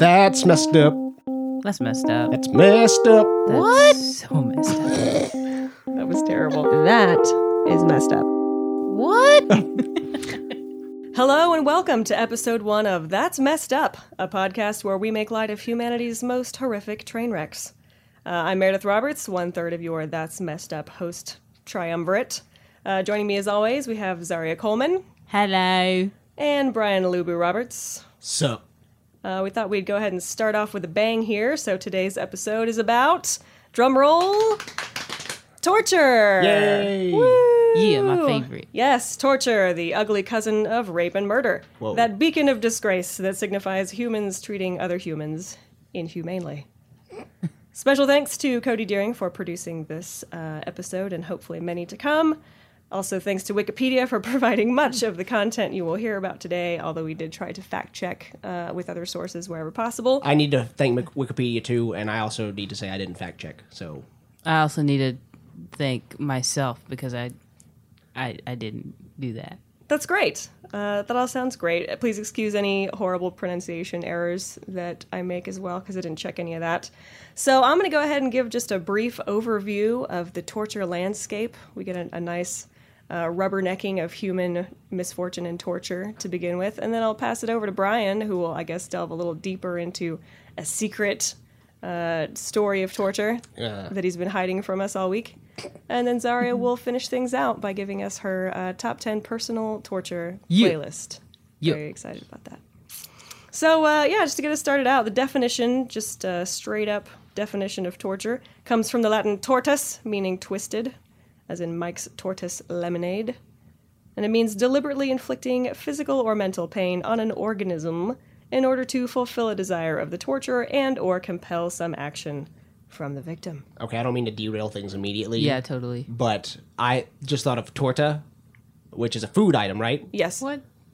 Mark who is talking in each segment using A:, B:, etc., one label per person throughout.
A: That's messed up.
B: That's messed up.
A: That's messed up.
B: That's what? So messed up.
C: That was terrible. That is messed up.
B: What?
C: Hello and welcome to episode one of That's Messed Up, a podcast where we make light of humanity's most horrific train wrecks. Uh, I'm Meredith Roberts, one third of your That's Messed Up host triumvirate. Uh, joining me as always, we have Zaria Coleman
B: Hello.
C: and Brian Lubu Roberts.
A: Sup.
C: Uh, we thought we'd go ahead and start off with a bang here, so today's episode is about drumroll
A: uh,
C: torture.
A: Yay.
B: Yeah, my favorite.
C: Yes, torture, the ugly cousin of rape and murder.
A: Whoa.
C: That beacon of disgrace that signifies humans treating other humans inhumanely. Special thanks to Cody Deering for producing this uh, episode and hopefully many to come. Also, thanks to Wikipedia for providing much of the content you will hear about today, although we did try to fact check uh, with other sources wherever possible.
A: I need to thank Mc- Wikipedia too, and I also need to say I didn't fact check. So
B: I also need to thank myself because I, I, I didn't do that.
C: That's great. Uh, that all sounds great. Uh, Please excuse any horrible pronunciation errors that I make as well, because I didn't check any of that. So I'm going to go ahead and give just a brief overview of the torture landscape. We get a, a nice uh, rubbernecking of human misfortune and torture to begin with, and then I'll pass it over to Brian, who will, I guess, delve a little deeper into a secret uh, story of torture that he's been hiding from us all week. And then Zaria will finish things out by giving us her uh, top 10 personal torture
B: Yeah.
C: playlist.
B: Yeah.
C: Very excited about that. So, uh, yeah, just to get us started out, the definition, just uh, straight up definition of torture, comes from the Latin tortus, meaning twisted, as in Mike's tortoise lemonade. And it means deliberately inflicting physical or mental pain on an organism in order to fulfill a desire of the torturer and or compel some action from the victim.
A: okay, I don't mean to derail things immediately.
B: Yeah, totally.
A: But I just thought of torta, which is a food item, right?
C: Yes.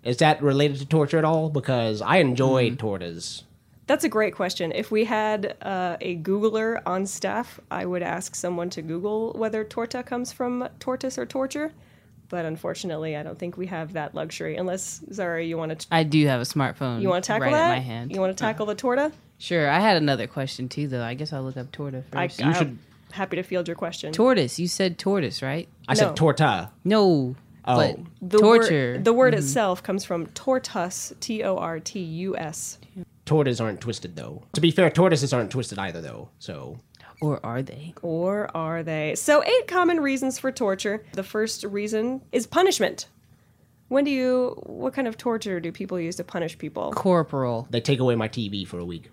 A: Is that related to torture at all? Because I enjoy
B: Mm-hmm.
A: tortas.
C: That's a great question. If we had uh, a Googler on staff, I would ask someone to Google whether torta comes from tortoise or torture. But unfortunately, I don't think we have that luxury. Unless Zara, you want to
B: I do have a smartphone.
C: you want to tackle
B: Mm, right
C: that?
B: at my hand.
C: You want to tackle the torta?
B: sure. I had another question too, though. I guess I'll look up torta first.
C: I'm
A: should-
C: happy to field your question.
B: tortoise. You said tortoise, right?
A: I
C: No.
A: said torta.
B: No. But
A: Oh.
C: the
B: torture. Mm-hmm.
C: Word, the word itself comes from tortus, T O R T U S.
A: Tortas aren't twisted though. To be fair, tortoises aren't twisted either though. So
B: or are they?
C: Or are they? So, eight common reasons for torture. The first reason is punishment. When do you, what kind of torture do people use to punish people?
B: Corporal.
A: they take away my TV for a week.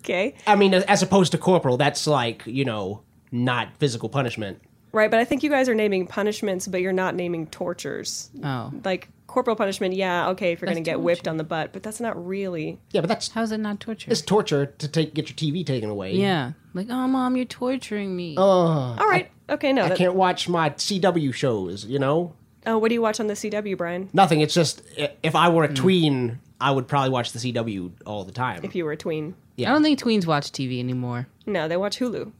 C: Okay.
A: I mean, as opposed to corporal, that's like you know not physical punishment.
C: Right, but I think you guys are naming punishments, but you're not naming tortures.
B: Oh.
C: Like corporal punishment, yeah, okay, if you're going to
B: That's
C: get
B: torture.
C: whipped on the butt, but that's not really.
A: Yeah, but that's
B: How's it not torture?
A: it's torture to take get your TV taken away.
B: yeah. Like, oh, mom, you're torturing me.
C: Oh. All right, okay, no.
A: Uh, I
C: That,
A: can't watch my CW shows. You know,
C: oh, what do you watch on the CW, Brian?
A: nothing. It's just i- if I were a tween, I would probably watch the CW all the time.
C: If you were a tween.
A: yeah.
B: I don't think tweens watch TV anymore.
C: No, they watch Hulu.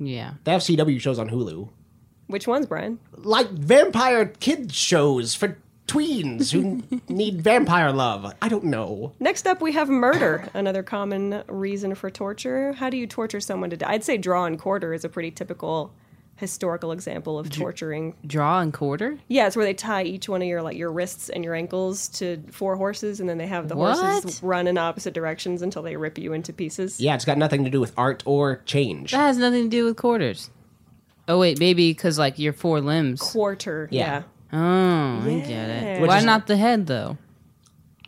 B: Yeah.
A: They have CW shows on Hulu,
C: Which ones, Brian?
A: like vampire kids shows for tweens who need vampire love. I don't know.
C: Next up, we have murder, another common reason for torture. How do you torture someone to die? I'd say draw and quarter is a pretty typical historical example of torturing.
B: Draw and quarter?
C: Yeah, it's where they tie each one of your like your wrists and your ankles to four horses, and then they have the horses
B: What?
C: run in opposite directions until they rip you into pieces.
A: Yeah, it's got nothing to do with art or change.
B: That has nothing to do with quarters. Oh, wait, maybe because, like, your four limbs.
C: Quarter. Yeah.
A: Yeah.
B: oh, I get
C: Yeah.
B: it.
C: Which
B: Why
A: is-
B: not the head, though?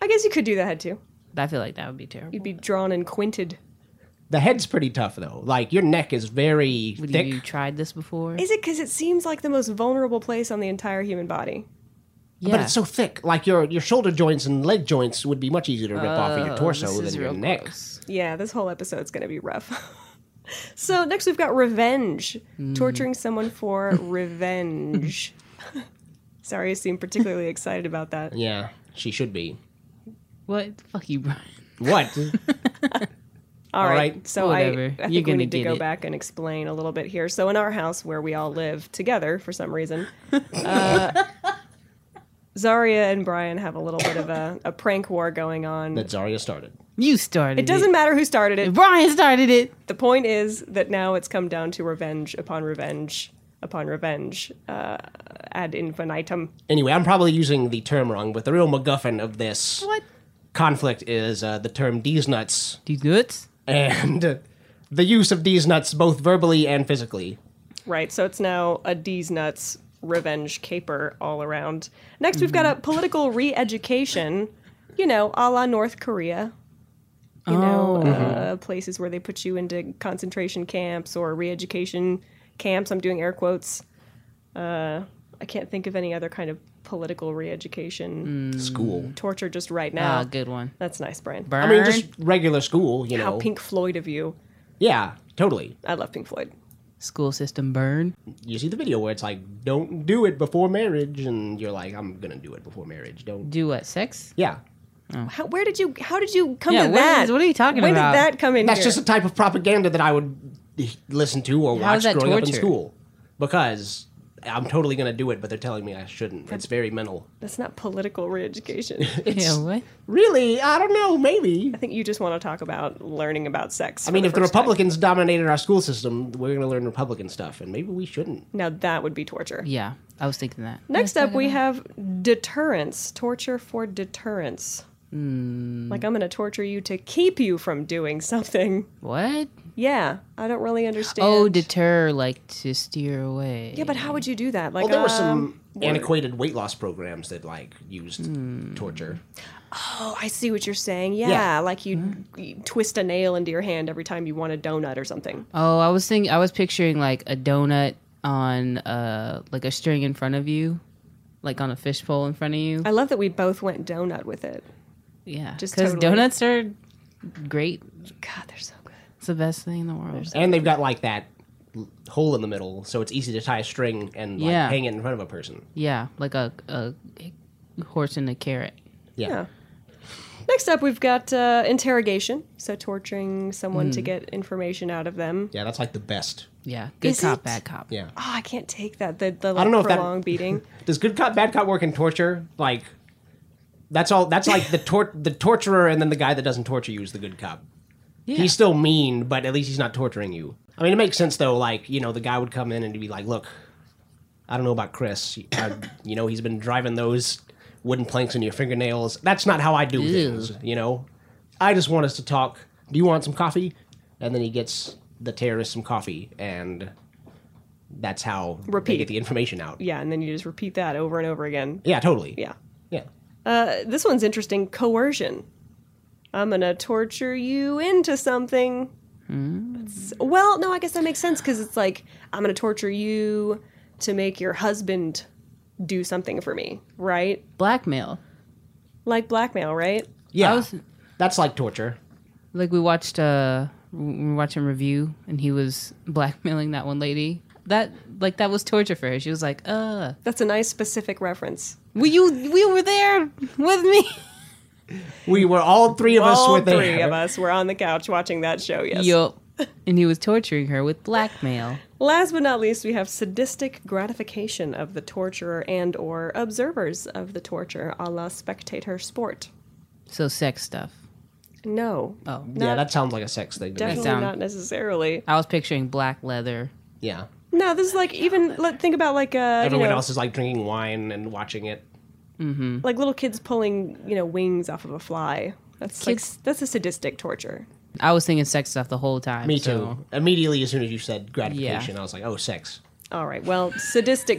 C: I guess you could do the head too.
B: I feel like that would be terrible.
C: You'd be drawn and quinted.
A: The head's pretty tough though. Like your neck is very
B: Would
A: thick.
B: you, you tried this before?
C: Is it because it seems like the most vulnerable place on the entire human body?
B: yeah.
A: But it's so thick. Like your your shoulder joints and leg joints would be much easier to rip off of your
B: Oh,
A: torso
B: this
A: than
B: is
A: your
B: real
A: neck.
B: gross.
C: Yeah, this whole episode's going to be rough. so, next we've got revenge.
B: Hmm.
C: Torturing someone for revenge. Sorry, you seem particularly excited about that.
A: Yeah, she should be.
B: What? Fuck you, Brian.
A: What?
C: all
A: All
C: right.
A: right,
C: So I,
B: whatever.
C: I think
B: You're
C: we
B: gonna
C: need to
B: get
C: go
B: it.
C: back and explain a little bit here. So in our house where we all live together for some reason, uh, Zarya and Brian have a little bit of a, a prank war going on.
A: that Zarya started.
B: You started
C: It doesn't matter who started it.
B: Brian started it.
C: The point is that now it's come down to revenge upon revenge upon revenge uh, ad infinitum.
A: Anyway, I'm probably using the term wrong, but the real MacGuffin of this
B: What?
A: conflict is uh, the term "D's nuts"
B: These nuts?
A: and the use of "D's nuts" both verbally and physically.
C: Right, so it's now a D's nuts revenge caper all around. Next, we've got a political re education, you know, a la North Korea. You know, uh, places where they put you into concentration camps or re education camps. I'm doing air quotes. Uh, I can't think of any other kind of political re education
A: School.
C: torture just right now.
B: Ah, good one.
C: That's nice, Brian.
B: Burn.
A: I mean, just regular school. You
C: How
A: know.
C: Pink Floyd of you.
A: Yeah, totally.
C: I love Pink Floyd.
B: School system burn.
A: You see the video where it's like, "Don't do it before marriage," and you're like, "I'm gonna do it before marriage." Don't.
B: Do what? Sex?
A: Yeah.
C: How, where did you? How did you come
B: Yeah,
C: to
B: what
C: that?
B: is- what are you talking
C: when
B: about?
C: When did that come in?
A: That's
C: here?
A: just a type of propaganda that I would listen to or
B: How
A: watch
B: is that
A: growing up in
B: torture?
A: school because I'm totally going to do it, but they're telling me I shouldn't. It's very mental.
C: That's not political re-education. I
B: yeah, what?
A: Really? I don't know. Maybe.
C: think you just want to talk about learning about sex.
A: I mean, if the Republicans dominated our school system, we're going to learn Republican stuff, and maybe we shouldn't.
C: now that would be torture.
B: Yeah, I was thinking that.
C: Next up, we have deterrence. Torture for deterrence.
B: Hmm.
C: Like I'm going to torture you to keep you from doing something.
B: What?
C: Yeah, I don't really understand.
B: Oh, deter, like to steer away.
C: yeah, but how would you do that? Like
A: Well, there were some
C: um,
A: antiquated weight loss programs that like used torture.
C: Oh, I see what you're saying. Yeah,
A: Yeah.
C: like you, you twist a nail into your hand every time you want a donut or something.
B: Oh, I was thinking. I was picturing like a donut on uh like a string in front of you, like on a fishbowl in front of you.
C: I love that we both went donut with it.
B: Yeah,
C: Uh, Just
B: because
C: totally.
B: donuts are great.
C: God, they're so good.
B: It's the best thing in the world.
A: And they've got like that l- hole in the middle, so it's easy to tie a string and like,
B: Yeah.
A: hang it in front of a person.
B: Yeah, like a a horse and a carrot.
A: Yeah.
C: Yeah. Next up, we've got uh, interrogation. So torturing someone to get information out of them.
A: Yeah, that's like the best.
B: Yeah, good
C: Is
B: cop,
C: it?
B: bad cop.
A: Yeah.
C: Oh, I can't take that. The the
A: I don't know
C: like,
A: if that-
C: prolonged beating.
A: Does good cop bad cop work in torture? Like that's all. That's like the tor- the torturer, and then the guy that doesn't torture you is the good cop.
B: Yeah.
A: He's still mean, but at least he's not torturing you. I mean, it makes sense though. Like you know, the guy would come in and he'd be like, "Look, I don't know about Chris. I, you know, he's been driving those wooden planks in your fingernails. That's not how I do things. You know, I just want us to talk. Do you want some coffee?" And then he gets the terrorist some coffee, and that's how they
C: Repeat.
A: get the information out.
C: Yeah, and then you just repeat that over and over again.
A: Yeah, totally.
C: Yeah.
A: Yeah.
C: Uh, this one's interesting. Coercion. I'm gonna torture you into something. It's- Well, no, I guess that makes sense because it's like I'm gonna torture you to make your husband do something for me, right?
B: Blackmail.
C: Like blackmail, right?
A: Yeah.
B: I was
A: That's like torture.
B: like we watched uh we were watching review and he was blackmailing that one lady. That like that was torture for her. She was like, uh,
C: That's a nice specific reference.
B: well you we were there with me.
A: We were all three of us
C: All
A: were there.
C: three of us were on the couch watching that show. Yes.
B: Yup. And he was torturing her with blackmail.
C: Last but not least, we have sadistic gratification of the torturer and/or observers of the torture, a la spectator sport.
B: So sex stuff.
C: No,
B: Oh.
A: Yeah, that sounds like a sex thing. To me.
C: definitely
B: sound-
C: not necessarily.
B: I was picturing black leather.
A: Yeah.
C: No, this is like even let, think about like uh, you
A: Everyone
C: know,
A: else is like drinking wine and watching it.
C: like little kids pulling you know wings off of a fly. That's like,
B: Kids-
C: that's a sadistic torture.
B: I was thinking sex stuff the whole time.
A: Me
B: so-
A: too. Immediately, as soon as you said gratification, I was like, oh, sex.
C: All right, well, sadistic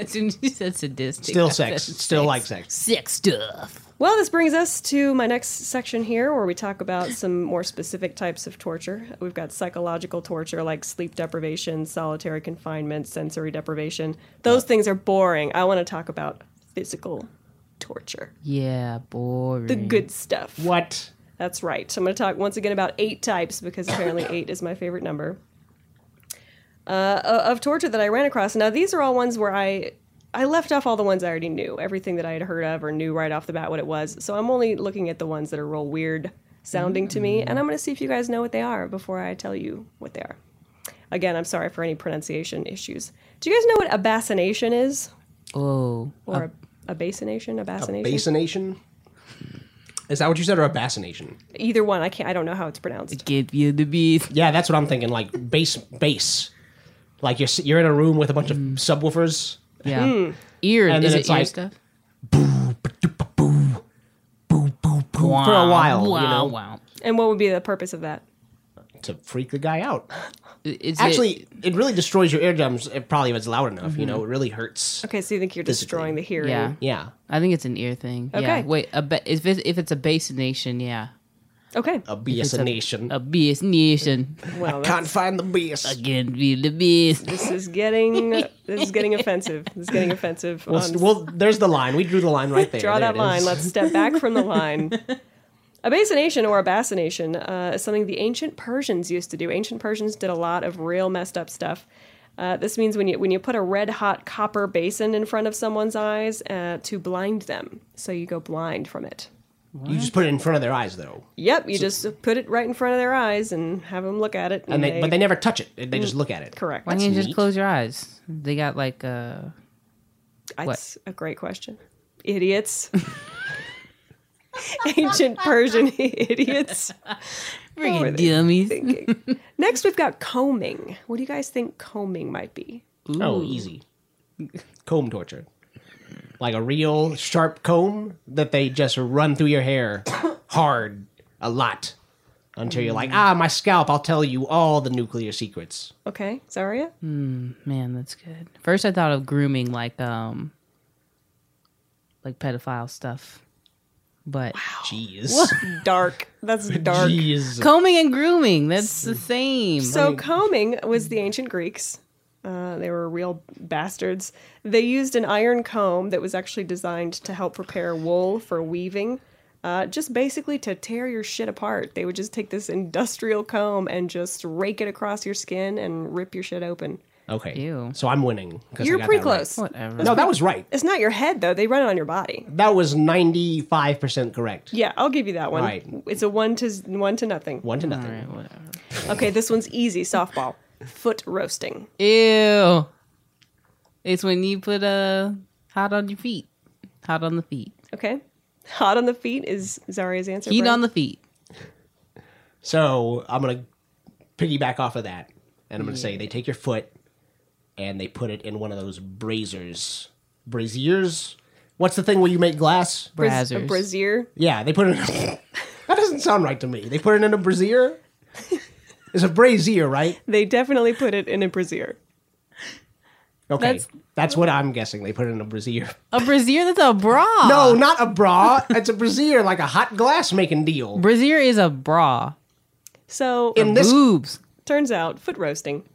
B: As soon as you said sadistic.
A: Still
B: I
A: sex.
B: said
A: Still like sex.
B: sex stuff.
C: Well, this brings us to my next section here where we talk about some more specific types of torture. We've got psychological torture like sleep deprivation, solitary confinement, sensory deprivation. Those things are boring. I want to talk about physical torture,
B: Yeah, boring.
C: the
A: Mm.
C: good stuff.
A: What?
C: That's right. So I'm going to talk once again about eight types because apparently eight is my favorite number uh, o- of torture that I ran across. Now these are all ones where I I left off all the ones I already knew, everything that I had heard of or knew right off the bat what it was. So I'm only looking at the ones that are real weird sounding to me, and I'm going to see if you guys know what they are before I tell you what they are. Again, I'm sorry for any pronunciation issues. Do you guys know what abassination is?
B: oh.
C: Or a basination, a bassination,
A: Basination? Is that what you said, or a bassination?
C: either one. I can't. I don't know how it's pronounced.
B: Give you the beef.
A: Yeah, that's what I'm thinking. Like bass, bass. Like you're s- you're in a room with a bunch of
B: Mm.
A: subwoofers.
B: Yeah. Ear.
A: Hmm. And then
B: is it
A: it's
B: ear
A: like-
B: stuff?
A: for a while, you
B: Wow.
A: know.
B: Wow.
C: And what would be the purpose of that?
A: to freak the guy out.
B: Is
A: Actually,
B: it,
A: it, really destroys your eardrums. If, probably if it's loud enough, you
C: Mm-hmm.
A: know, it really hurts.
C: Okay, so you think you're destroying the hearing?
B: yeah.
A: Yeah,
B: I think it's an ear thing. Yeah.
C: Okay.
B: Wait. A ba- if it's, if it's a basination, yeah.
C: Okay.
A: a bass nation.
B: A basination.
C: Well,
A: Can't find the bass.
B: Again, be the beast.
C: this is getting this is getting offensive. This is getting offensive.
A: Well,
C: on-
A: s- well, there's the line. We drew the line right there.
C: draw
A: There
C: that
A: it
C: line.
A: is.
C: Let's step back from the line. A basination or a bassination uh, is something the ancient Persians used to do. Ancient Persians did a lot of real messed up stuff. Uh, this means when you when you put a red hot copper basin in front of someone's eyes uh, to blind them, so you go blind from it.
A: You just put it in front of their eyes, though,
C: Yep, you just put it right in front of their eyes and have them look at it.
A: and they, but they never touch it. They just look at it.
C: correct.
B: Why don't you just
A: neat.
B: close your eyes? They got like uh
C: That's a great question. Idiots. Ancient Persian idiots.
B: freaking dummies.
C: thinking. Next, we've got combing. What do you guys think combing might be?
A: Oh, easy. Comb torture, like a real sharp comb that they just run through your hair hard a lot until you're
C: Mm.
A: like, ah, my scalp. I'll tell you all the nuclear secrets.
C: Okay, Zaria?
B: Man, that's good. First, I thought of grooming, like um, like pedophile stuff, but
A: Jeez.
C: Dark. That's dark.
A: Jeez.
B: combing and grooming—that's the same.
C: So, combing was the ancient Greeks. Uh, they were real bastards. They used an iron comb that was actually designed to help prepare wool for weaving, uh, just basically to tear your shit apart. They would just take this industrial comb and just rake it across your skin and rip your shit open.
A: Okay.
B: Ew.
A: So I'm winning. 'cause I
C: You're
A: got
C: pretty
A: that right.
C: close.
B: Whatever.
A: No, that was right.
C: It's not your head, though. They run it on your body.
A: That was 95% correct.
C: Yeah, I'll give you that one.
A: Right.
C: It's a one to one to nothing.
A: One to nothing.
B: Alright, whatever.
C: Okay, this one's easy. Softball. Foot roasting.
B: Ew. It's when you put uh, hot on your feet, hot on the feet,
C: Okay. Hot on the feet is Zaria's answer.
B: heat
C: Brent?
B: on the feet.
A: So I'm going to piggyback off of that. And I'm going to say they take your foot and they put it in one of those braziers. Braziers? What's the thing where you make glass?
C: Braz-
B: Brazzers.
C: a brazier.
A: Yeah, they put it in a. that doesn't sound right to me. They put it in a brazier? It's a brazier, right?
C: They definitely put it in a brazier.
A: Okay. That's,
B: That's-
A: what I'm guessing. They put it in a brazier.
B: A brazier that's a bra.
A: No, not a bra. It's a brazier, like a hot glass making deal.
B: brazier is a bra.
C: So um,
A: In this
B: Boobs.
C: turns out foot roasting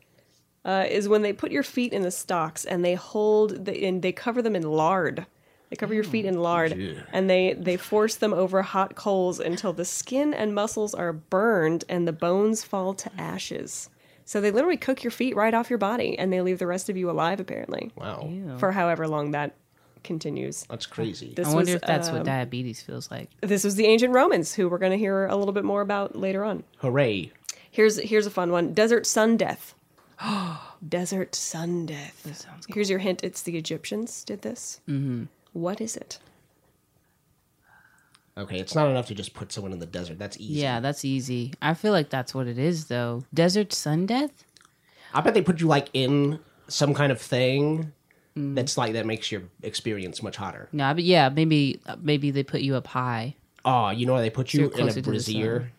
C: uh, is when they put your feet in the stocks and they hold the, and they cover them in lard. They cover your
B: Mm,
C: feet in lard and they they force them over hot coals until the skin and muscles are burned and the bones fall to ashes. So they literally cook your feet right off your body and they leave the rest of you alive apparently
A: Wow.
C: for however long that continues.
A: That's crazy.
C: This
B: I wonder if
C: was,
B: that's what
C: um,
B: diabetes feels like.
C: this was the ancient Romans who we're going to hear a little bit more about later on.
A: Hooray.
C: Here's here's a fun one: desert sun death. desert sun death.
B: sounds
C: Here's your hint: it's the Egyptians did this. Mm-hmm. is it?
A: Okay, it's not enough to just put someone in the desert. That's easy.
B: Yeah, that's easy. I feel like that's what it is, though. Desert sun death?
A: I bet they put you like in some kind of thing
B: Mm.
A: that's like that makes your experience much hotter.
B: No, but yeah, maybe uh, maybe they put you up high.
A: Oh, you know where they put
B: you're
A: you in
B: closer
A: a
B: to the
A: brazier?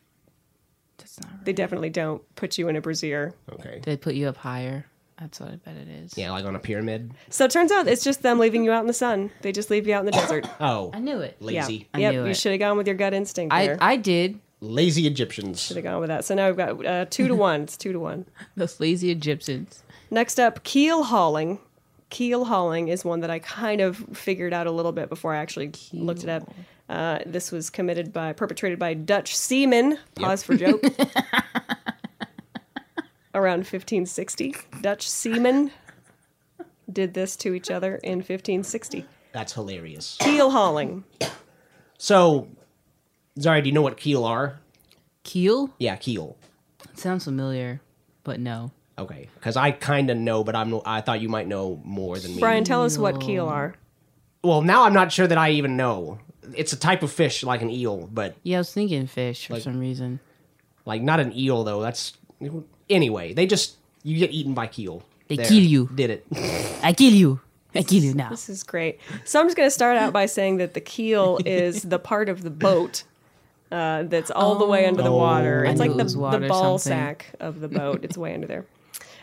B: That's not. Right.
C: They definitely don't put you in a brazier.
A: Okay.
B: They put you up higher. That's what I bet it is.
A: Yeah, like on a pyramid.
C: So it turns out it's just them leaving you out in the sun. They just leave you out in the desert.
A: Oh,
B: I knew it.
A: Lazy. Easy.
B: I
C: yep.
B: knew
C: you
B: it.
C: should have gone with your gut instinct.
B: I
C: there.
B: I did.
A: lazy Egyptians.
C: should have gone with that. So now we've got uh, two to one. It's two to one.
B: Those lazy Egyptians.
C: Next up, keel hauling. Keel hauling is one that I kind of figured out a little bit before I actually looked it up. Uh, this was committed by perpetrated by Dutch seamen. Pause for joke. Around 1560, Dutch seamen did this to each other in 1560.
A: That's hilarious.
C: Keel hauling.
A: So, Zari, do you know what keel are?
B: Keel
A: Yeah, keel.
B: sounds familiar, but no.
A: Okay, because I kind of know, but I'm I thought you might know more than me.
C: Brian, tell us what keel are.
A: Well, now I'm not sure that I even know. It's a type of fish, like an eel, but
B: Yeah, I was thinking fish for some reason.
A: like not an eel though. That's anyway. They just you get eaten by keel.
B: They kill you.
A: Did it?
B: I kill you. I kill you now.
C: This is great. So I'm just going to start out by saying that the keel is the part of the boat uh, that's all the way under the water.
B: I
C: It's
B: knew
C: like
B: it
C: the,
B: was
C: the
B: water
C: ball
B: something.
C: sack of the boat. It's way under there.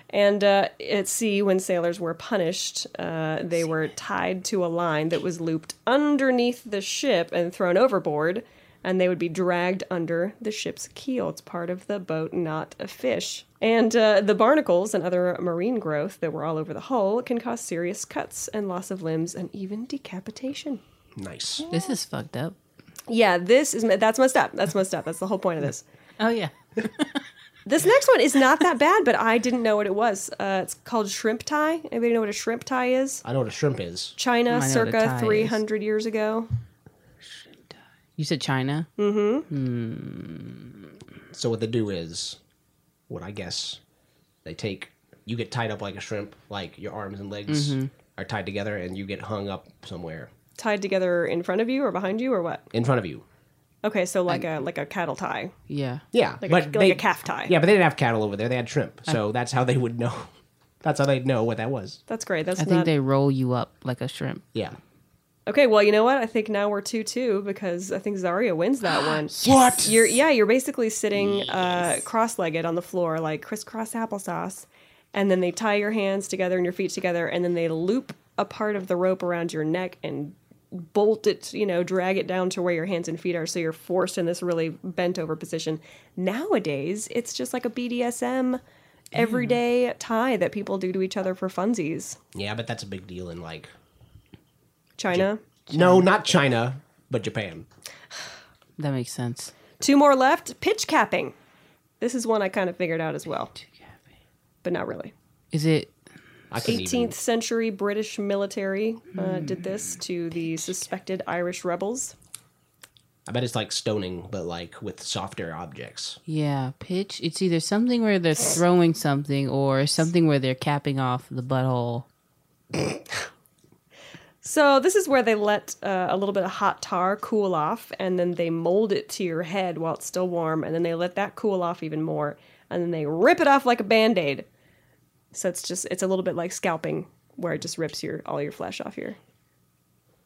C: And uh, at sea, when sailors were punished, uh, they were tied to a line that was looped underneath the ship and thrown overboard, and they would be dragged under the ship's keel. It's part of the boat, not a fish. And uh, the barnacles and other marine growth that were all over the hull can cause serious cuts and loss of limbs and even decapitation.
A: Nice.
B: This is fucked up.
C: Yeah, this is that's messed up. That's messed up. That's the whole point of this.
B: Oh yeah.
C: This next one is not that bad, but I didn't know what it was. Uh, it's called shrimp tie. Anybody know what a shrimp tie is?
A: I know what a shrimp is.
C: China,
B: what a tie
C: circa
B: is.
C: 300 years ago.
B: You said China?
A: So what they do is, what I guess, they take you get tied up like a shrimp, like your arms and legs
B: Mm-hmm.
A: are tied together, and you get hung up somewhere
C: Tied together in front of you or behind you or what?
A: in front of you.
C: Okay, so like a like a cattle tie,
B: Yeah.
A: Yeah,
C: like,
A: but
C: a,
A: they-
C: like a calf tie.
A: Yeah, but they didn't have cattle over there. They had shrimp,
B: Ah.
A: so that's how they would know. That's how they'd know what that was.
C: that's great. That's
B: I
C: not
B: think they roll you up like a shrimp.
A: Yeah.
C: okay. Well, you know what? I think now we're two two because I think Zaria wins that one.
A: What?
C: You're yeah, you're basically sitting uh, cross-legged on the floor, like crisscross applesauce, and then they tie your hands together and your feet together, and then they loop a part of the rope around your neck and bolt it, you know, drag it down to where your hands and feet are, so you're forced in this really bent-over position. Nowadays, it's just like a BDSM everyday tie that people do to each other for funsies.
A: Yeah, but that's a big deal in like
C: China.
A: no, not China, but Japan.
B: That makes sense.
C: Two more left. Pitch capping. This is one I kind of figured out as well, but not really.
B: Is it
A: I couldn't even-
C: 18th century British military uh, did this to the suspected Irish rebels.
A: I bet it's like stoning, but like with softer objects.
B: yeah, pitch? It's either something where they're throwing something or something where they're capping off the butthole.
C: So this is where they let uh, a little bit of hot tar cool off, and then they mold it to your head while it's still warm, and then they let that cool off even more, and then they rip it off like a band-aid. So it's just it's a little bit like scalping, where it just rips your all your flesh off your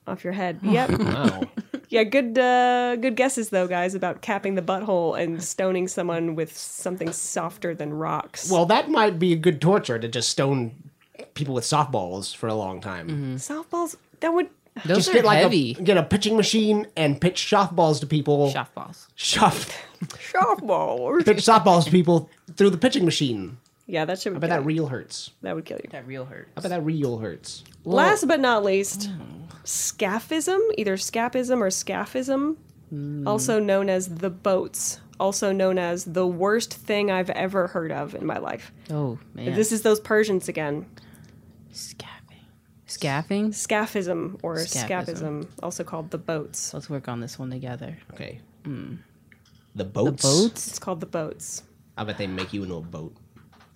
C: off your head. Yep.
A: Wow.
C: Yeah, good uh, good guesses though, guys, about capping the butthole and stoning someone with something softer than rocks.
A: well, that might be a good torture to just stone people with softballs for a long time.
C: softballs that would
B: Those
A: Just
B: are
A: get like
B: heavy.
A: a get a pitching machine and pitch softballs to people.
B: Softballs.
A: Shof-
C: softball.
A: pitch softballs to people through the pitching machine.
C: yeah, that should.
A: I bet that real hurts.
C: that would kill you.
B: That real hurt.
A: I bet that real hurts.
C: Last but not least,
A: hmm.
C: scaphism, either scapism or scaphism,
A: Hmm.
C: also known as the boats, also known as the worst thing I've ever heard of in my life.
B: Oh man.
C: This is those Persians again.
B: Scaffing. Scaffing?
C: Scaphism or
B: Scaphism.
C: scapism, also called the boats.
B: Let's work on this one together.
A: Okay. The boats.
C: It's called the boats.
A: I bet they make you into a boat,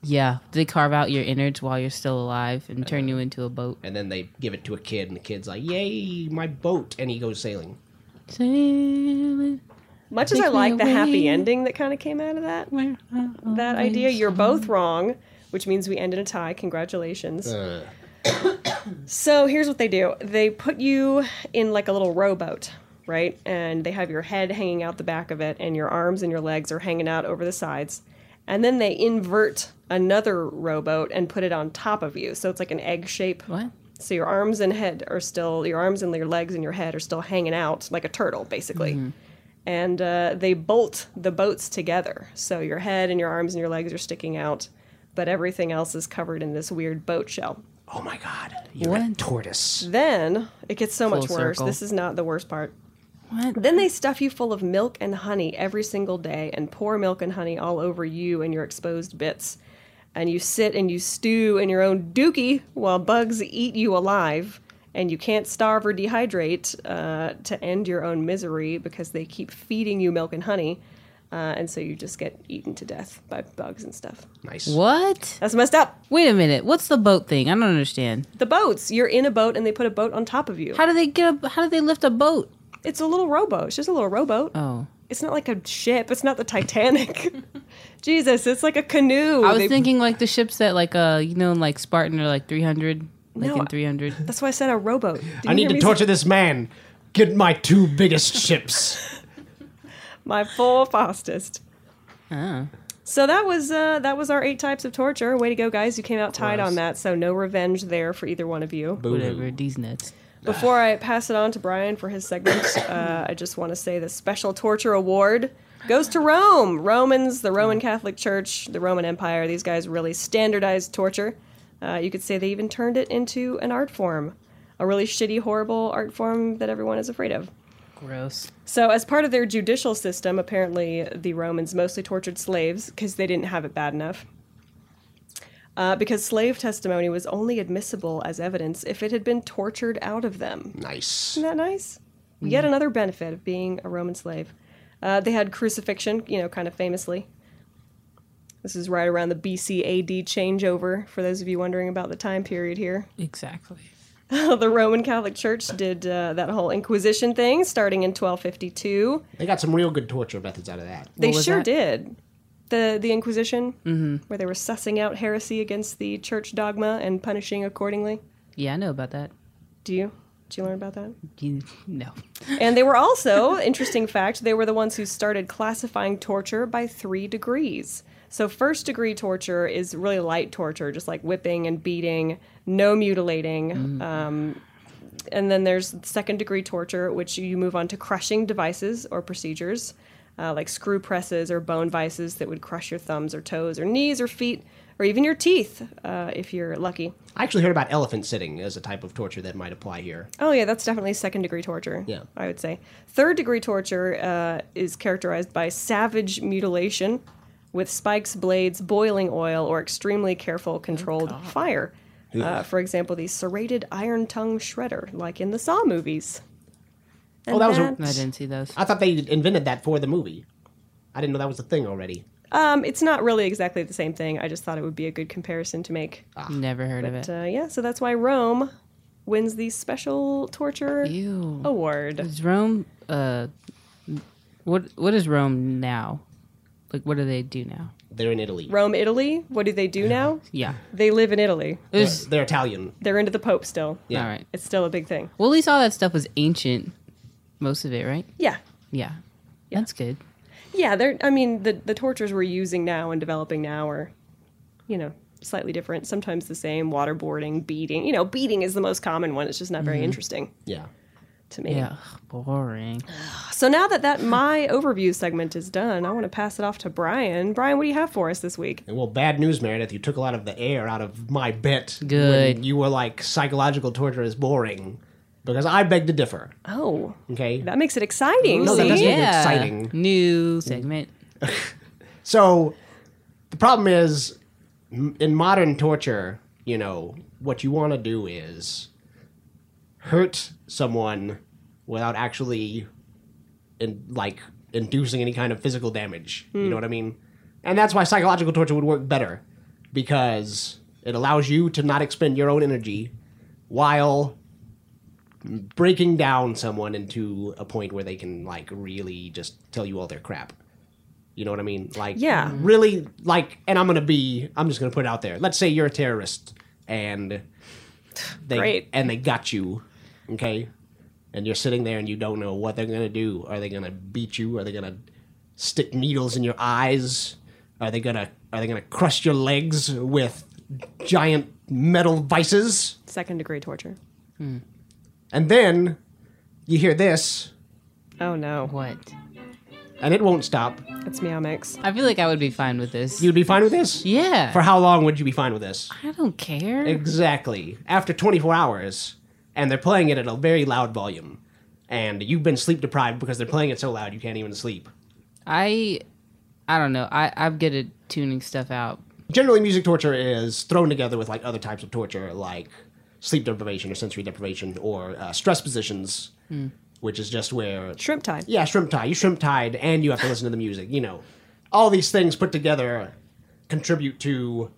B: Yeah. They carve out your innards while you're still alive and turn you into a boat.
A: and then they give it to a kid, and the kid's like, "Yay, my boat!" and he goes sailing.
B: Sailing
C: Much as
B: Take
C: I
B: me
C: like the happy
B: away.
C: ending that kind of came out of that,
B: where I
C: that
B: always-
C: idea, you're both wrong, which means we end in a tie. Congratulations.
A: Uh,
C: So here's what they do they put you in like a little rowboat, right? And they have your head hanging out the back of it, and your arms and your legs are hanging out over the sides. And then they invert another rowboat and put it on top of you. So it's like an egg shape.
B: What?
C: So your arms and head are still, your arms and your legs and your head are still hanging out like a turtle, basically.
B: Mm-hmm.
C: And uh, they bolt the boats together. So your head and your arms and your legs are sticking out, but everything else is covered in this weird boat shell.
A: oh my God! You're a
B: What?
A: tortoise.
C: Then it gets so much
B: Full
C: worse.
B: circle.
C: This is not the worst part.
B: What?
C: Then they stuff you full of milk and honey every single day and pour milk and honey all over you and your exposed bits. And you sit and you stew in your own dookie while bugs eat you alive. And you can't starve or dehydrate uh, to end your own misery because they keep feeding you milk and honey. uh, and so you just get eaten to death by bugs and stuff.
A: Nice.
B: What?
C: That's messed up.
B: Wait a minute. What's the boat thing? I don't understand.
C: The boats. You're in a boat, and they put a boat on top of you.
B: How do they get a? How do they lift a boat?
C: It's a little rowboat. It's just a little rowboat.
B: Oh,
C: It's not like a ship. It's not the Titanic. Jesus, it's like a canoe.
B: I was
C: They-
B: thinking like the ships that like uh you know in, like Spartan are like three hundred, like
C: No,
B: in three hundred.
C: That's why I said a rowboat. Did
A: I
C: you
A: need
C: hear
A: to
C: me
A: torture
C: say-
A: this man. Get my two biggest ships.
C: my full fastest.
B: Oh.
C: So that was uh, that was our eight types of torture. Way to go, guys! You came out tied on that, so no revenge there for either one of you.
B: Whatever these nuts.
C: Before I pass it on to Brian for his segment, uh, I just want to say the special torture award goes to Rome. Romans, the Roman Catholic Church, the Roman Empire. These guys really standardized torture. Uh, you could say they even turned it into an art form, a really shitty, horrible art form that everyone is afraid of.
B: Gross.
C: So, as part of their judicial system, apparently the Romans mostly tortured slaves because they didn't have it bad enough. Uh, because slave testimony was only admissible as evidence if it had been tortured out of them.
A: Nice.
C: Isn't that nice?
B: Mm-hmm.
C: Yet another benefit of being a Roman slave. Uh, they had crucifixion, you know, kind of famously. This is right around the BC AD changeover, for those of you wondering about the time period here.
B: Exactly.
C: the Roman Catholic Church did uh, that whole Inquisition thing starting in 1252.
A: They got some real good torture methods out of that.
C: They
B: What was
C: sure
B: that? Mm-hmm.
C: did. The the Inquisition, where they were sussing out heresy against the church dogma and punishing accordingly.
B: Yeah, I know about that.
C: Do you? Did you learn about that?
B: You, no.
C: and they were also, interesting fact, they were the ones who started classifying torture by three degrees. So, first degree torture is really light torture, just like whipping and beating, no mutilating. Um, and then there's second degree torture, which you move on to crushing devices or procedures, uh, like screw presses or bone vices that would crush your thumbs or toes or knees or feet or even your teeth uh, if you're lucky.
A: I actually heard about elephant sitting as a type of torture that might apply here.
C: Oh yeah, that's definitely second degree torture.
A: Yeah.
C: I would say third degree torture uh, is characterized by savage mutilation with spikes, blades, boiling oil, or extremely
A: Oh,
C: careful controlled fire. Uh, for example, the serrated iron tongue shredder, like in the Saw movies. And
A: Oh, that was a-
B: I didn't see those.
A: I thought they invented that for the movie. I didn't know that was a thing already.
C: um, it's not really exactly the same thing. I just thought it would be a good comparison to make.
B: Never heard of
C: But
B: it.
C: uh, yeah, so that's why Rome wins the special torture
B: Ew.
C: oh. award.
B: Is Rome uh what what is Rome now? Like what do they do now?
A: They're in Italy.
C: Rome, Italy. What do they do now?
B: Yeah.
C: They live in Italy.
A: They're,
B: There's
A: they're Italian.
C: They're into the Pope still.
A: Yeah.
B: all right.
C: It's still a big thing.
B: Well at least all that stuff was ancient. Most of it, right?
C: Yeah.
B: Yeah. That's good.
C: Yeah, they're I mean, the the tortures we're using now and developing now are, you know, slightly different. Sometimes the same. Waterboarding, beating. You know, beating is the most common one. It's just not very
A: Mm-hmm.
C: interesting
A: Yeah.
C: to me.
B: Yeah. Boring.
C: So now that that my overview segment is done, I want to pass it off to Brian. Brian, what do you have for us this week?
A: And well, bad news, Meredith. You took a lot of the air out of my bit. when
B: Good.
A: you were like, psychological torture is boring. Because I beg to differ.
C: Oh,
A: Okay.
C: that makes it exciting.
A: No, that
C: see?
A: doesn't make it exciting.
B: New segment.
A: So the problem is m- in modern torture, you know, what you want to do is hurt someone without actually in, like inducing any kind of physical damage. You know what I mean? And that's why psychological torture would work better because it allows you to not expend your own energy while breaking down someone into a point where they can like really just tell you all their crap. You know what I mean? Like
C: Yeah.
A: really like and I'm going to be I'm just going to put it out there. Let's say you're a terrorist and they
C: Great.
A: and they got you, okay? And you're sitting there and you don't know what they're going to do. Are they going to beat you? Are they going to stick needles in your eyes? Are they going to are they going to crush your legs with giant metal vices?
C: Second degree torture.
A: And then you hear this,
C: Oh no,
B: What?
A: and it won't stop.
C: it's Meow Mix.
B: I feel like I would be fine with this.
A: You'd be fine with this?
B: yeah.
A: For how long would you be fine with this?
B: I don't care.
A: Exactly. After 24 hours, and they're playing it at a very loud volume, and you've been sleep deprived because they're playing it so loud you can't even sleep.
B: I I don't know. I I'm good at tuning stuff out.
A: Generally, music torture is thrown together with like other types of torture, like sleep deprivation or sensory deprivation or uh, stress positions. which is just where
C: Shrimp tide.
A: yeah, shrimp tide. You shrimp tide, and you have to listen to the music. You know, all these things put together contribute to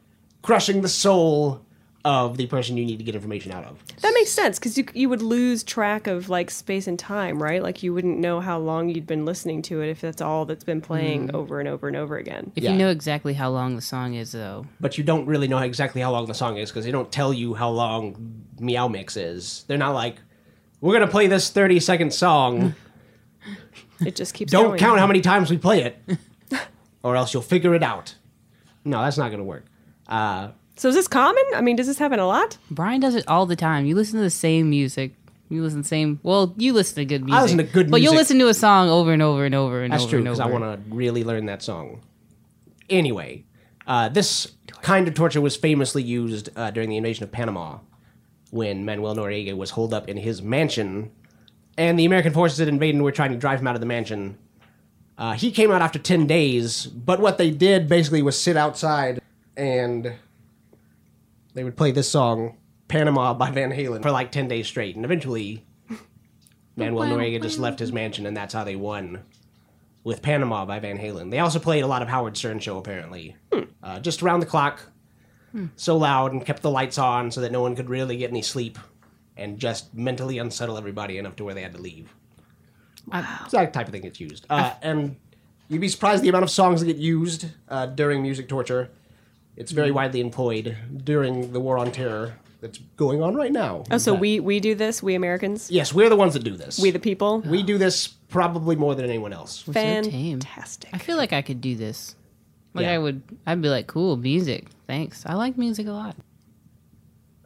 A: crushing the soul of the person you need to get information out of.
C: That makes sense because you you would lose track of like space and time, right? Like you wouldn't know how long you'd been listening to it if that's all that's been playing
A: Mm.
C: over and over and over again.
B: If
A: Yeah.
B: you know exactly how long the song is, though,
A: But you don't really know exactly how long the song is because they don't tell you how long Meow Mix is. They're not like, we're gonna play this thirty-second song.
C: It just keeps
A: Don't
C: going.
A: count how many times we play it, or else you'll figure it out. No, that's not gonna work.
C: So is this common? I mean, does this happen a lot?
B: Brian does it all the time. You listen to the same music. You listen to the same. Well, you listen to good music.
A: listen to good
B: But you'll
A: music.
B: listen to a song over and over and over and
A: That's
B: over
A: true
B: and
A: because
B: over.
A: I want to really learn that song. Anyway, uh, this kind of torture was famously used uh, during the invasion of Panama when Manuel Noriega was holed up in his mansion, and the American forces that invaded were trying to drive him out of the mansion. Uh, he came out after ten days, but what they did basically was sit outside and they would play this song "Panama" by Van Halen for like ten days straight, and eventually. Manuel Noriega just left his mansion, and that's how they won with Panama by Van Halen. They also played a lot of Howard Stern show apparently,
C: Hmm.
A: uh, just around the clock, so loud and kept the lights on so that no one could really get any sleep, and just mentally unsettle everybody enough to where they had to leave. Wow. It's that type of thing that's used, uh, and you'd be surprised the amount of songs that get used uh, during music torture. It's
C: Hmm.
A: very widely employed during the war on terror that's going on right now.
C: Oh, so we we do this. We Americans.
A: yes, we're the ones that do this.
C: We the people.
A: we do this probably more than anyone else.
B: so tame.
C: Fantastic.
B: I feel like I could do this. Like
A: Yeah.
B: I would. I'd be like, cool music. Thanks. I like music a lot.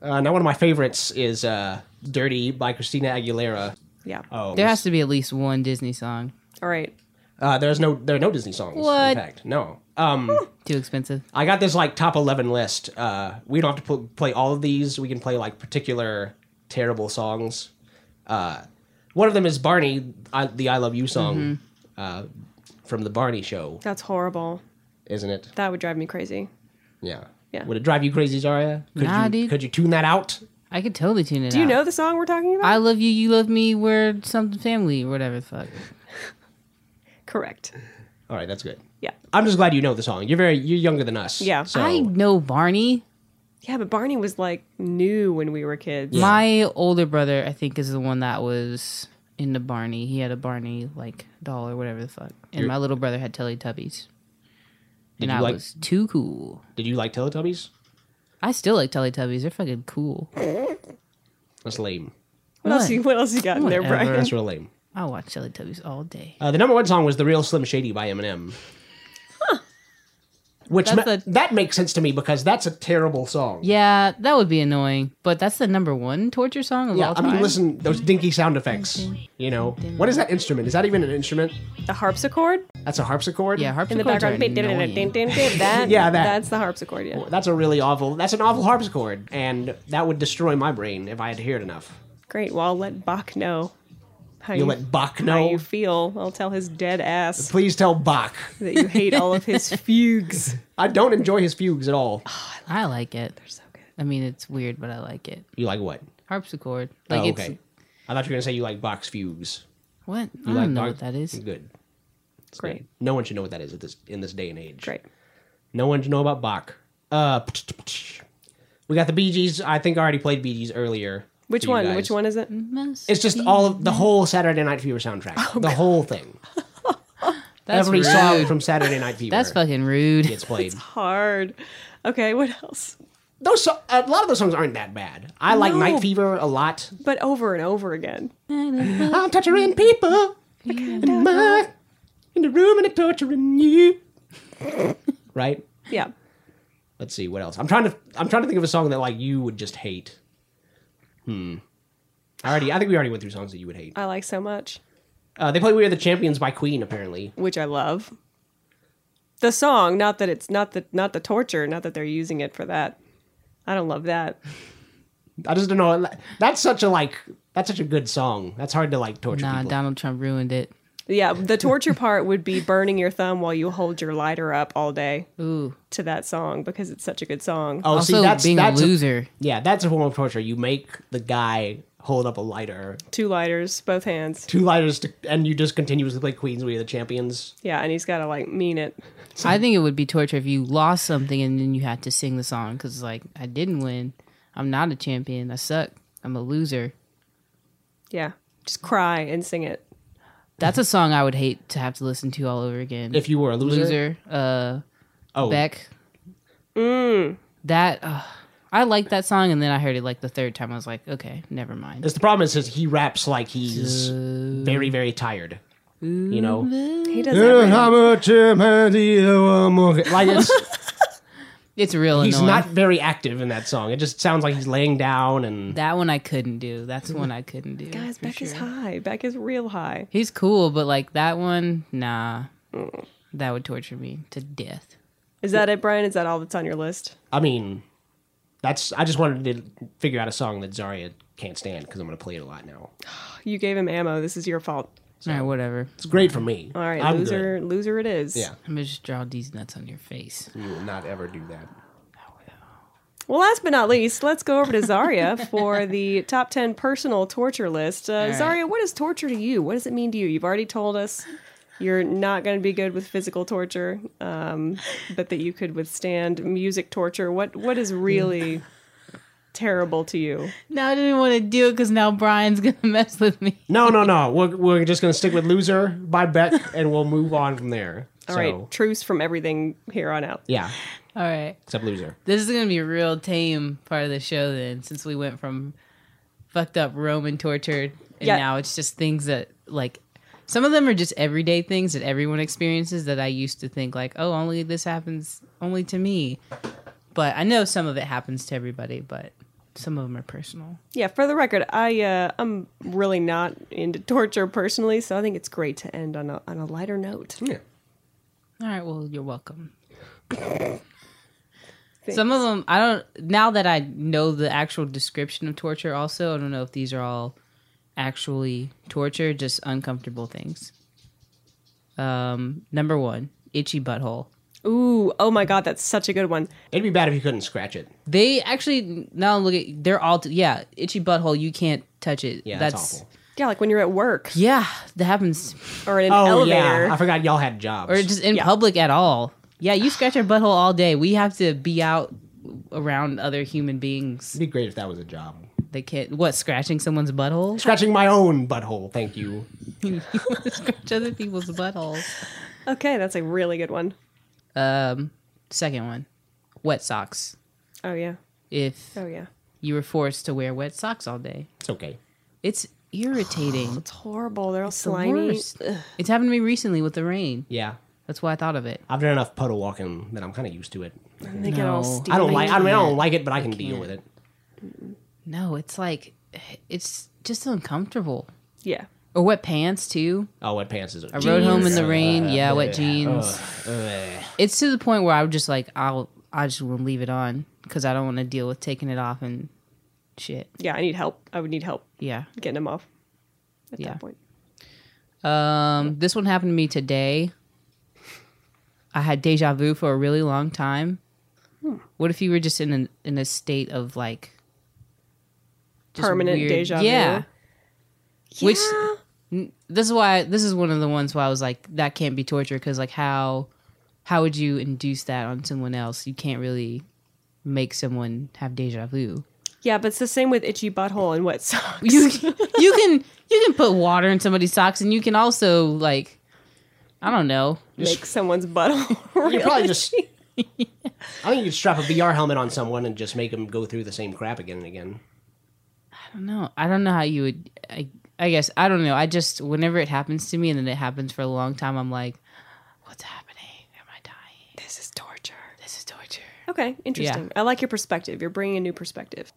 A: Uh, now, one of my favorites is uh, "Dirty" by Christina Aguilera.
C: Yeah.
A: Oh,
B: There has to be at least one Disney song.
C: All right.
A: uh, there's no there are no Disney songs.
B: What?
A: In fact, no. Um,
B: Too expensive.
A: I got this like top eleven list. Uh, we don't have to pl- play all of these. We can play like particular terrible songs. Uh, one of them is Barney, I, the "I Love You" song
B: Mm-hmm.
A: uh, from the Barney Show,
C: That's horrible.
A: isn't it?
C: That would drive me crazy.
A: Yeah.
C: Yeah.
A: Would it drive you crazy, Zarya? Could
B: Nah,
A: you,
B: dude.
A: Could you tune that out?
B: I could totally tune it.
C: Do you know the song we're talking about?
B: I love you. You love me. We're something family or whatever the fuck.
C: Correct.
A: All right, that's good.
C: Yeah.
A: I'm just glad you know the song. You're very you're younger than us.
C: Yeah.
A: So
B: I know Barney.
C: Yeah, but Barney was like new when we were kids.
B: My older brother, I think, is the one that was into Barney. He had a Barney like doll or whatever the fuck. And my little brother had Teletubbies. And
A: you
B: I
A: like-
B: was too cool.
A: did you like Teletubbies?
B: I still like Teletubbies. They're fucking cool.
A: That's lame.
C: What, else? You, what else you got in there,
B: Whatever.
C: Brian?
A: That's real lame.
B: I watch Teletubbies all day.
A: Uh, the number one song was "The Real Slim Shady" by Eminem. Which
B: That's
A: ma-
B: a-
A: that makes sense to me because that's a terrible song.
B: Yeah, that would be annoying. But that's the number one torture song of
A: Yeah,
B: all
A: I
B: time.
A: mean, listen, those dinky sound effects. You know, what is that instrument? Is that even an instrument?
C: The harpsichord
A: That's a harpsichord.
B: Yeah, harpsichord.
C: in the background. That,
A: Yeah, that.
C: That's the harpsichord. Yeah.
A: That's a really awful. That's an awful harpsichord, and that would destroy my brain if I had to hear it enough.
C: Great. Well, I'll let Bach know how you,
A: You let Bach
C: how
A: know.
C: you feel. I'll tell his dead ass
A: Please tell Bach.
C: that you hate all of his fugues.
A: I don't enjoy his fugues at all.
B: I like it.
C: So good.
B: I mean, it's weird, but I like it.
A: You like what?
B: Harpsichord. Like
A: oh,
B: it's
A: okay. I thought you were gonna say you like Bach's fugues.
B: what? I
A: You
B: don't
A: like
B: know
A: Bach-
B: what that is.
A: Good.
C: Great.
A: No one should know what that is at this in this day and age.
C: Great.
A: No one should know about Bach. Uh, we got the Bee Gees. I think I already played Bee Gees earlier.
C: Which
A: for you
C: one?
A: guys. Mm-hmm.
C: Which one is it?
A: It's just all of the whole Saturday Night Fever soundtrack. the whole thing.
B: Oh, That's
A: Every
B: rude.
A: song from Saturday Night Fever
B: That's fucking rude.
A: gets played.
C: Hard. Okay. What else?
A: Those so- a lot of those songs aren't that bad. I like
C: No.
A: Night Fever a lot.
C: But over and over again.
A: I'm torturing people in my in the room and they're torturing you. right?
C: Yeah.
A: Let's see what else. I'm trying to I'm trying to think of a song that like you would just hate. Hmm. I already I think we already went through songs that you would hate.
C: I like so much,
A: Uh, they play "We Are the Champions" by Queen apparently.
C: which I love. The song, not that it's not the not the torture, not that they're using it for that. I don't love that.
A: I just don't know. That's such a like that's such a good song. That's hard to like torture
B: Nah,
A: people.
B: Donald Trump ruined it.
C: Yeah, the torture part would be burning your thumb while you hold your lighter up all day
B: Ooh.
C: to that song because it's such a good song.
A: oh,
B: also,
A: see that's
B: being
A: that's
B: a loser.
A: yeah, that's a form of torture. You make the guy hold up a lighter,
C: Two lighters, both hands.
A: two lighters, to, and you just continuously play Queens. We are the champions.
C: Yeah, and he's got to like mean it.
B: I think it would be torture if you lost something and then you had to sing the song because, like, I didn't win. I'm not a champion. I suck. I'm a loser.
C: Yeah, just cry and sing it.
B: That's a song I would hate to have to listen to all over again.
A: If you were a loser,
B: loser, uh,
A: oh,
B: Beck. That uh, I liked that song, and then I heard it like the third time. I was like, okay, never mind.
A: It's the problem is, is he raps like he's very, very tired. You know,
C: He does everything.
A: like it's
B: It's real
C: Oh,
A: he's
B: annoying.
A: not very active in that song. It just sounds like he's laying down and
B: that one I couldn't do. That's one I couldn't do.
C: Guys,
B: for
C: Beck is
B: sure.
C: high. Beck is real high.
B: He's cool, but like that one, nah. That would torture me to death.
C: Is that it, Brian? Is that all that's on your list?
A: I mean, that's. I just wanted to figure out a song that Zarya can't stand because I'm going to play it a lot now.
C: You gave him ammo. This is your fault.
B: All right, whatever.
A: It's great for me.
C: All right,
A: I'm
C: loser, loser it is.
A: Good. Yeah,
B: I'm gonna just draw these nuts on your face.
A: you will not ever do that.
C: Well, last but not least, let's go over to Zaria for the top 10 personal torture list. Uh,
B: right.
C: Zaria, what is torture to you? What does it mean to you? You've already told us you're not going to be good with physical torture, um, but that you could withstand music torture. What What is really terrible to you?
B: Now I didn't want to do it because now Brian's gonna mess with me.
A: No, no, no. We're, we're just going to stick with loser by Beck, and we'll move on from there.
C: All
A: so,
C: right, truce from everything here on out.
A: Yeah,
B: All right.
A: except loser.
B: This is gonna be a real tame part of the show then, since we went from fucked up Roman tortured and
C: Yeah.
B: now it's just things that like some of them are just everyday things that everyone experiences that I used to think like, oh, only this happens only to me. But I know some of it happens to everybody, but some of them are personal.
C: Yeah, for the record, I uh, I'm really not into torture personally, so I think it's great to end on a, on a lighter note.
A: Yeah.
B: All right, well, you're welcome. Some of them, I don't, now that I know the actual description of torture, also, I don't know if these are all actually torture, just uncomfortable things. Um, number one, itchy butthole.
C: Ooh, oh my God, that's such a good one.
A: It'd be bad if you couldn't scratch it.
B: They actually, now look at, they're all, yeah, itchy butthole, you can't touch it.
A: Yeah, that's, awful.
C: Yeah, like when you're at work
B: Yeah, that happens.
C: or in an
A: Oh
C: elevator.
A: yeah, I forgot y'all had jobs.
B: Or just in
C: Yeah.
B: public at all. Yeah, you scratch your butthole all day. We have to be out around other human beings.
A: It'd be great if that was a job.
B: They can't. What scratching someone's butthole?
A: Scratching my own butthole, thank you.
B: Scratch other people's buttholes.
C: Okay, that's a really good one.
B: Um, second one, wet socks.
C: Oh yeah.
B: If
C: Oh yeah.
B: you were forced to wear wet socks all day,
A: It's okay.
B: it's irritating.
C: It's horrible. They're all
B: The
C: slimy.
B: worst. It's happened to me recently with the rain.
A: Yeah,
B: That's why I thought of it.
A: I've done enough puddle walking that I'm kind of used to it.
C: And they get all
B: No.
C: steamy.
A: I don't like. I mean, I don't
B: can't.
A: like it, but I can deal with it.
B: No, it's like it's just uncomfortable.
C: Yeah.
B: Or wet pants too.
A: Oh, wet pants is. I
B: I rode home in the rain. Yeah, wet jeans. It's to the point where I'm just like, I'll, I just want to leave it on because I don't want to deal with taking it off and shit.
C: Yeah, I need help. I would need help
B: Yeah.
C: getting them off at
B: Yeah.
C: that point.
B: Um, this one happened to me today. I had deja vu for a really long time. What if you were just in an, in a state of like just
C: Permanent
B: weird-
C: deja vu.
B: Yeah. Which
C: Yeah.
B: n- this is why this is one of the ones where I was like, that can't be torture because like how how would you induce that on someone else? You can't really make someone have deja vu.
C: Yeah, but it's the same with itchy butthole and wet socks.
B: you you can you can put water in somebody's socks and you can also like I don't know.
C: Make someone's butthole.
A: You
C: really-
A: probably just. I think you could strap a VR helmet on someone and just make them go through the same crap again and again.
B: I don't know. I don't know how you would I, I guess I don't know. I just whenever it happens to me and then it happens for a long time I'm like what's happening? Am I dying?
C: This is torture.
B: This is torture.
C: Okay, interesting. I like your perspective. You're bringing a new perspective.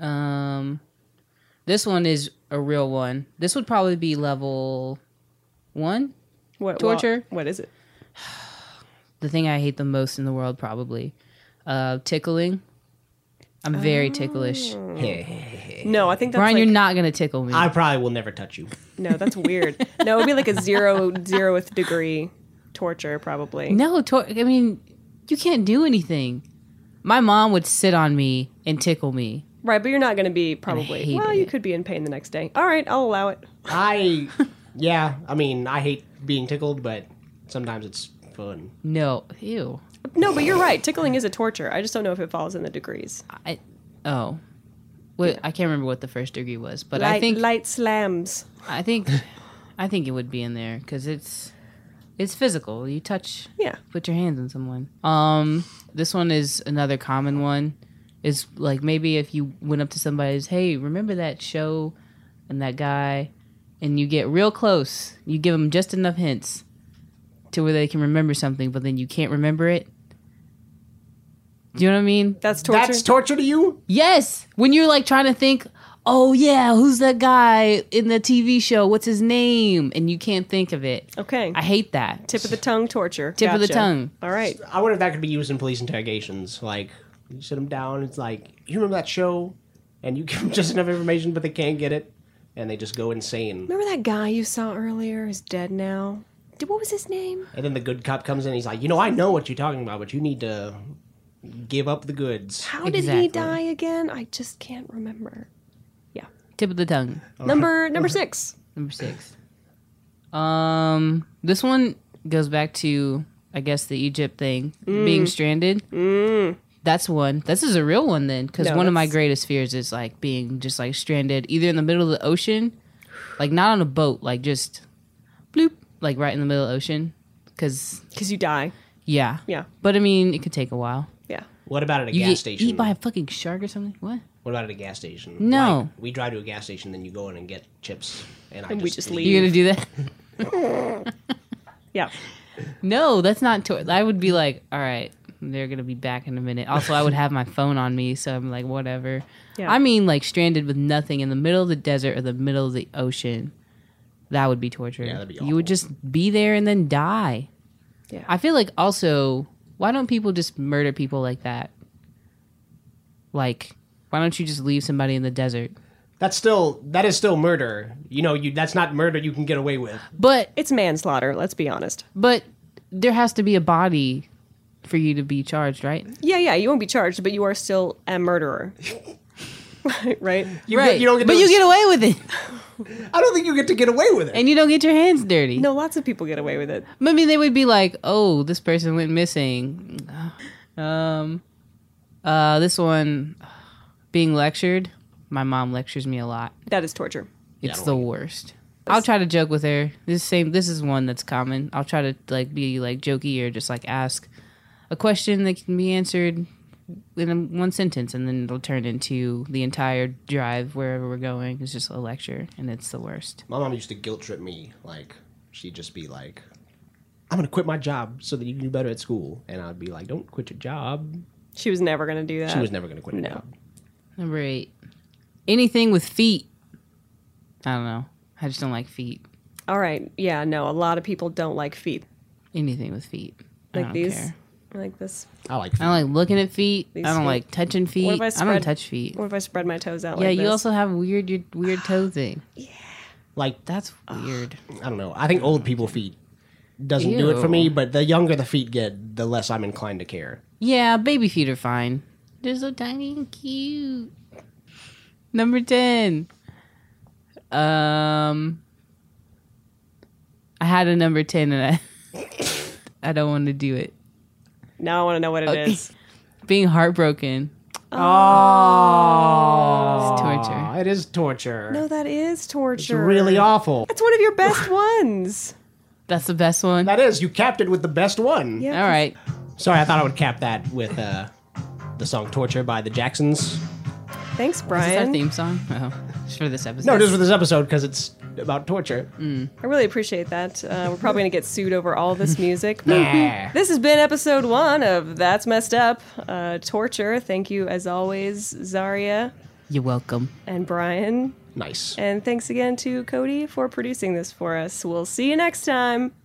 B: Um this one is a real one. This would probably be level 1.
C: What
B: Torture?
C: What, what is it?
B: The thing I hate the most in the world probably. Uh tickling. I'm very ticklish.
C: No, I think that's
B: Brian,
C: Oh. like,
B: you're not going to tickle me.
A: I probably will never touch you.
C: No, that's weird. no, it'd be like a zero zeroth degree torture probably.
B: No, tor- I mean, you can't do anything. My mom would sit on me and tickle me,
C: Right, but you're not going to be probably.
B: hate
C: Well, you
B: it.
C: could be in pain the next day. All right, I'll allow it.
A: I, yeah, I mean, I hate being tickled, but sometimes it's fun.
B: No, ew.
C: No, but you're right. Tickling is a torture. I just don't know if it falls in the degrees.
B: I oh, wait, I can't remember what the first degree was, but
C: light,
B: I think
C: light slams.
B: I think I think it would be in there because it's it's physical. You touch,
C: Yeah.
B: put your hands on someone. Um, this one is another common one. Is like maybe if you went up to somebody's, hey, remember that show and that guy, and you get real close. You give them just enough hints to where they can remember something, but then you can't remember it. Do you know what I mean?
C: That's torture.
A: That's torture to you?
B: Yes, when you're like trying to think, oh yeah, who's that guy in the TV show? What's his name? And you can't think of it.
C: okay.
B: I hate that.
C: Tip of the tongue torture.
B: Tip of the tongue.
C: All right.
A: I wonder if that could be used in police interrogations. Like, you sit them down, it's like, you remember that show? And you give them just enough information, but they can't get it, and they just go insane.
C: Remember that guy you saw earlier? He's dead now. Did- What was his name?
A: And then the good cop comes in, he's like, you know, I know what you're talking about, but you need to give up the goods.
C: How did he
B: Exactly.
C: die again? I just can't remember.
B: Tip of the tongue.
C: Number number six.
B: Number six. Um, this one goes back to I guess the Egypt thing,
C: Mm.
B: being stranded. That's one. This is a real one then, because
C: No,
B: one of my
C: that's-
B: greatest fears is like being just like stranded, either in the middle of the ocean, like not on a boat, like just bloop, like right in the middle of the ocean, because
C: Because you die.
B: Yeah.
C: Yeah.
B: But I mean, it could take a while.
C: Yeah.
A: What about at a
B: You
A: gas
B: get
A: station?
B: eat by a fucking shark or something? What?
A: What about at a gas station?
B: No.
A: Like, we drive to a gas station, then you go in and get chips, and I
C: And
A: just
C: we just leave.
B: You gonna do that?
C: Yeah.
B: no, that's not. Tor- I would be like, all right, they're gonna be back in a minute. Also, I would have my phone on me, so I'm like, whatever.
C: Yeah.
B: I mean, like stranded with nothing in the middle of the desert or the middle of the ocean. That would be torture.
A: Yeah, that'd be
B: You would
A: awful.
B: just be there and then die.
C: Yeah.
B: I feel like also, why don't people just murder people like that? Like, why don't you just leave somebody in the desert?
A: That's still that is still murder. You know, you that's not murder you can get away with.
B: But
C: It's manslaughter. Let's be honest.
B: But there has to be a body for you to be charged, right?
C: Yeah, yeah. You won't be charged, but you are still a murderer. right.
A: You,
B: right.
A: get, you don't get.
B: but
A: to-
B: you get away with it,
A: I don't think you get to get away with it.
B: and you don't get your hands dirty.
C: No, lots of people get away with it.
B: I mean, they would be like, "Oh, this person went missing." Um, uh, this one being lectured. My mom lectures me a lot.
C: That is torture.
A: Yeah, I
B: It's
A: don't
B: the worst. I'll try to joke with her. This same. This is one that's common. I'll try to like be like jokey or just like ask a question that can be answered in a- one sentence, and then it'll turn into the entire drive wherever we're going. It's just a lecture, and it's the worst.
A: My mom used to guilt trip me. Like she'd just be like, "I'm gonna quit my job so that you can do better at school," and I'd be like, "Don't quit your job."
C: She was never going to do that.
A: She was never gonna quit her
C: no.
A: job.
B: Number eight. Anything with feet. I don't know. I just don't like feet.
C: All right. Yeah, no. A lot of people don't like feet
B: Anything with feet. I
C: like
B: don't
C: these.
B: care.
C: Like this.
A: I like.
B: I don't like looking at feet.
C: These
B: I don't
C: feet.
B: like touching feet.
C: I
B: I, don't
C: spread-
B: touch feet.
C: What if I spread my toes out
B: Yeah,
C: like
B: you
C: this?
B: also have weird your weird toe thing.
A: Like
B: That's weird.
A: I don't know. I think old people feet doesn't do it for me.
B: Ew.
A: But the younger the feet get, the less I'm inclined to care.
B: Yeah, baby feet are fine. They're so tiny and cute. Number ten. Um, I had a number ten, and I I don't want to do it.
C: Now I want to know what it is.
B: Okay. Being heartbroken
A: Oh,
B: is torture.
A: it is torture.
C: No, Oh, that is torture.
A: it's really awful.
C: That's one of your best ones.
B: That's the best one.
A: That is, you capped it with the best one.
C: Yeah.
B: All right.
A: Sorry, I thought I would cap that with uh, the song "Torture" by the Jacksons.
C: Thanks,
B: Is this our
C: Brian.
B: theme song? Oh, it's for this episode.
A: No, just for this episode because it's about torture.
C: I really appreciate that. Uh, we're probably going to get sued over all this music.
A: Nah.
C: This has been episode one of That's Messed Up uh, Torture. Thank you, as always, Zaria
B: You're welcome.
C: and Brian.
A: nice.
C: And thanks again to Cody for producing this for us. We'll see you next time.